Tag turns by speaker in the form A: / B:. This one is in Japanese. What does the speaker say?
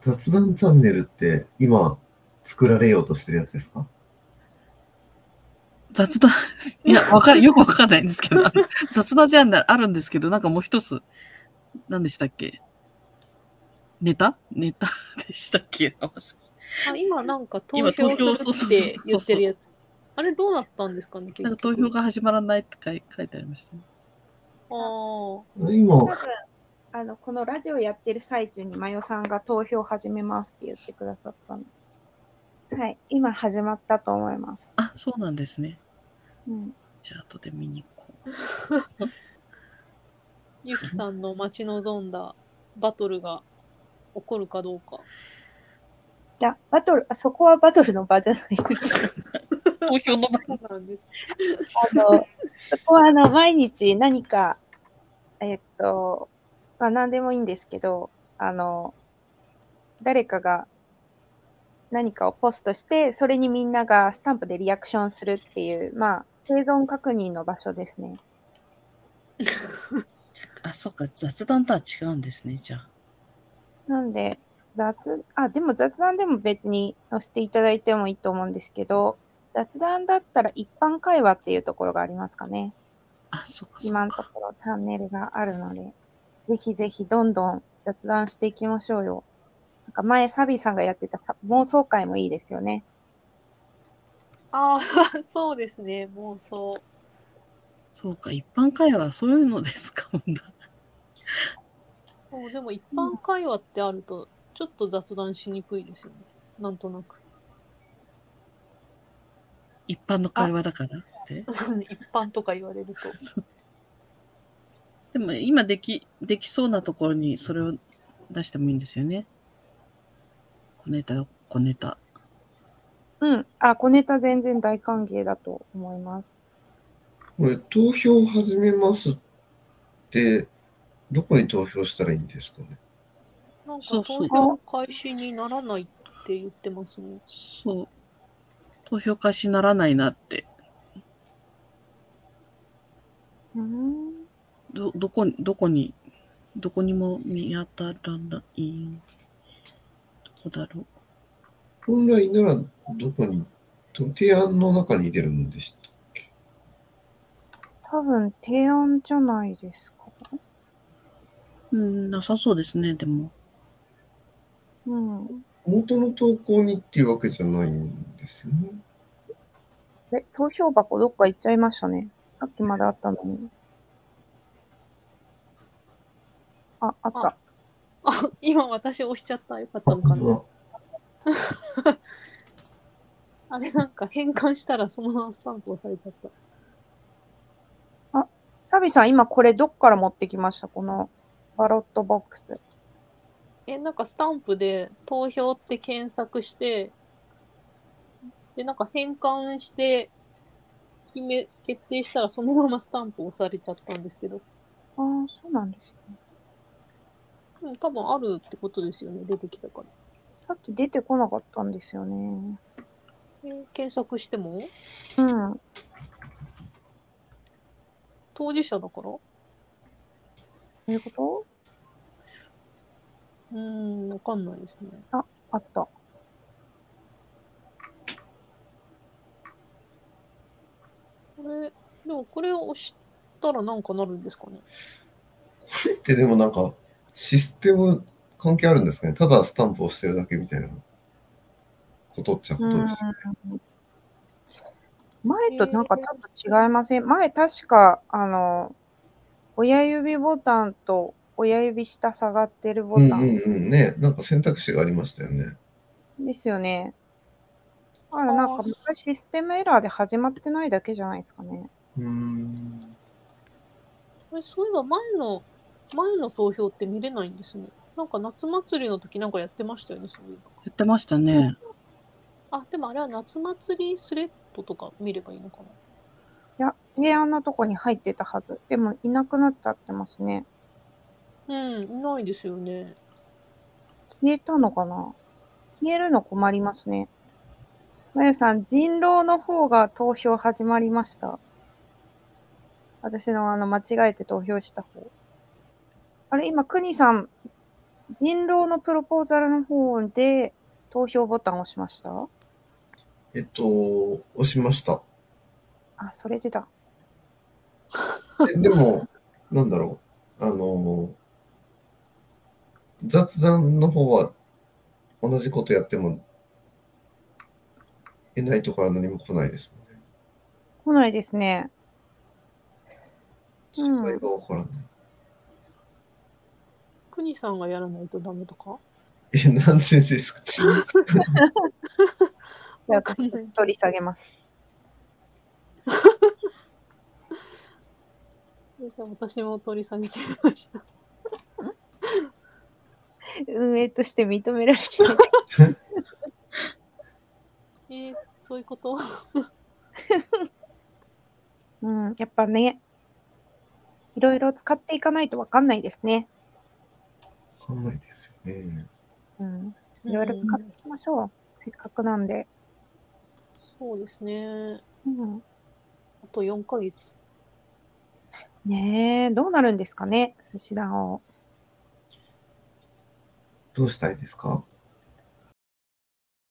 A: 雑談チャンネルって今作られようとしてるやつですか
B: 雑談、いや、わかよくわかんないんですけど、 雑談じゃあるんですけど、なんかもう一つ、何でしたっけネタネタでしたっけ
C: あ今なんか投
B: 今投票
C: 票するって言ってるやつ。あれどうなったんですかね
B: なん
C: 結
B: か投
C: 局。
B: 票が始まらないって書い書いてありましたね。
C: あ
A: 今
D: 多、分あのこのラジオやってる最中にマヨさんが投票始めますって言ってくださったの。はい、今始まったと思います。
B: あ、そうなんですね。
D: うん、
B: じゃあ後で見に行こう。
C: あ、ゆきさんの待ち望んだバトルが起こるかどうか。
D: じゃあバトルあそこはバトルの場じゃないです。
B: 投票の前に
C: そうなんです。
D: あ のそこはあの毎日何かえっとまあ何でもいいんですけどあの誰かが何かをポストしてそれにみんながスタンプでリアクションするっていうまあ生存確認の場所ですね。
B: あ、そっか、雑談とは違うんですね、じゃあ。
D: なんで、雑、あ、でも雑談でも別に載せていただいてもいいと思うんですけど、雑談だったら一般会話っていうところがありますかね。
B: あ、そっか、そ
D: 今
B: っ
D: のと
B: か。
D: ころチャンネルがあるので、ぜひぜひどんどん雑談していきましょうよ。なんか前、サビーさんがやってたさ妄想会もいいですよね。
C: ああ、 そうですね。もうそう。
B: そうか、一般会話はそういうのですか、ほんだ
C: そうでも一般会話ってあると、ちょっと雑談しにくいですよね。なんとなく。
B: 一般の会話だからって。
C: 一般とか言われると。
B: でも今でき、できそうなところにそれを出してもいいんですよね。小ネタよ、小ネタ。
D: うん。あ、小ネタ全然大歓迎だと思います。
A: これ投票始めますって、どこに投票したらいいんですかね
C: なんか
B: そうそ
C: 投
B: う
C: 票開始にならないって言ってますね。
B: そう。投票開始ならないなって。
D: うーん。
B: ど、どこに、どこに、どこにも見当たらない。どこだろう。
A: 本来ならどこに、と提案の中に出るんでしたっけ
D: 多分、提案じゃないですか。
B: うん、なさそうですね、でも。
D: うん。
A: 元の投稿にっていうわけじゃないんですよね。
D: え、投票箱どっか行っちゃいましたね。さっきまであったのに。あ、あった。
C: あ、今私押しちゃった。よかったのかな。あれなんか変換したらそのままスタンプ押されちゃった。
D: サビさん、今これどっから持ってきましたこのバロットボックス。
C: え、なんかスタンプで投票って検索して、で、なんか変換して、決め、決定したらそのままスタンプ押されちゃったんですけど、
D: ああ、そうなんですね。
C: うん多分あるってことですよね、出てきたから。
D: さっき出てこなかったんですよね。
C: え検索しても
D: うん。
C: 当事者だから
D: どういうこ
C: うーん、わかんないですね。
D: とあった。
C: これ、でもこれを押したらなんかなるんですかね。
A: これってでもなんかシステム関係あるんですかねただスタンプをしてるだけみたいなことっちゃこ
D: う
A: と
D: ん
A: です。
D: 前となんかちょっと違いません。前確か、あの、親指ボタンと親指下下がってるボ
A: うんう
D: タ
A: ん
D: ン
A: うんね。なんか選択肢がありましたよね。
D: ですよね。あら、なんか昔システムエラーで始まってないだけじゃないですかね。
A: うーん。
C: これそういえば前の、前の投票って見れないんですね。なんか夏祭りの時なんかやってましたよね、そういえば。
B: やってましたね。
C: あ、でもあれは夏祭りスレッドとか見ればいいのかな。
D: いや、提案のとこに入ってたはず。でも、いなくなっちゃってますね。
C: うん、いないですよね。
D: 消えたのかな消えるの困りますね。まゆさん、人狼の方が投票始まりました。私のあの、間違えて投票した方。あれ、今、くにさん、人狼のプロポーザルの方で投票ボタンを押しました
A: えっと、押しました。
D: あ、それでだ。
A: えでも、 なんだろう。あのー雑談の方は同じことやっても、えないとから何も来ないですもんね。
D: 来ないですね。
A: 失敗がわからない。
C: くにさんがやらないとダメとか
A: え、なんでですか
D: じゃあ私取り下げます。
C: じゃあ私も取り下げてみました。
D: 運営として認められてない。
C: えー、そういうこと
D: うん、やっぱね、いろいろ使っていかないとわかんないですね。
A: わかんないですよね。
D: うん、いろいろ使っていきましょう。せっかくなんで。
C: そうですね。
D: うん、
C: あと4ヶ月。
D: ねえ、どうなるんですかね、寿司団を。
A: どうしたいですか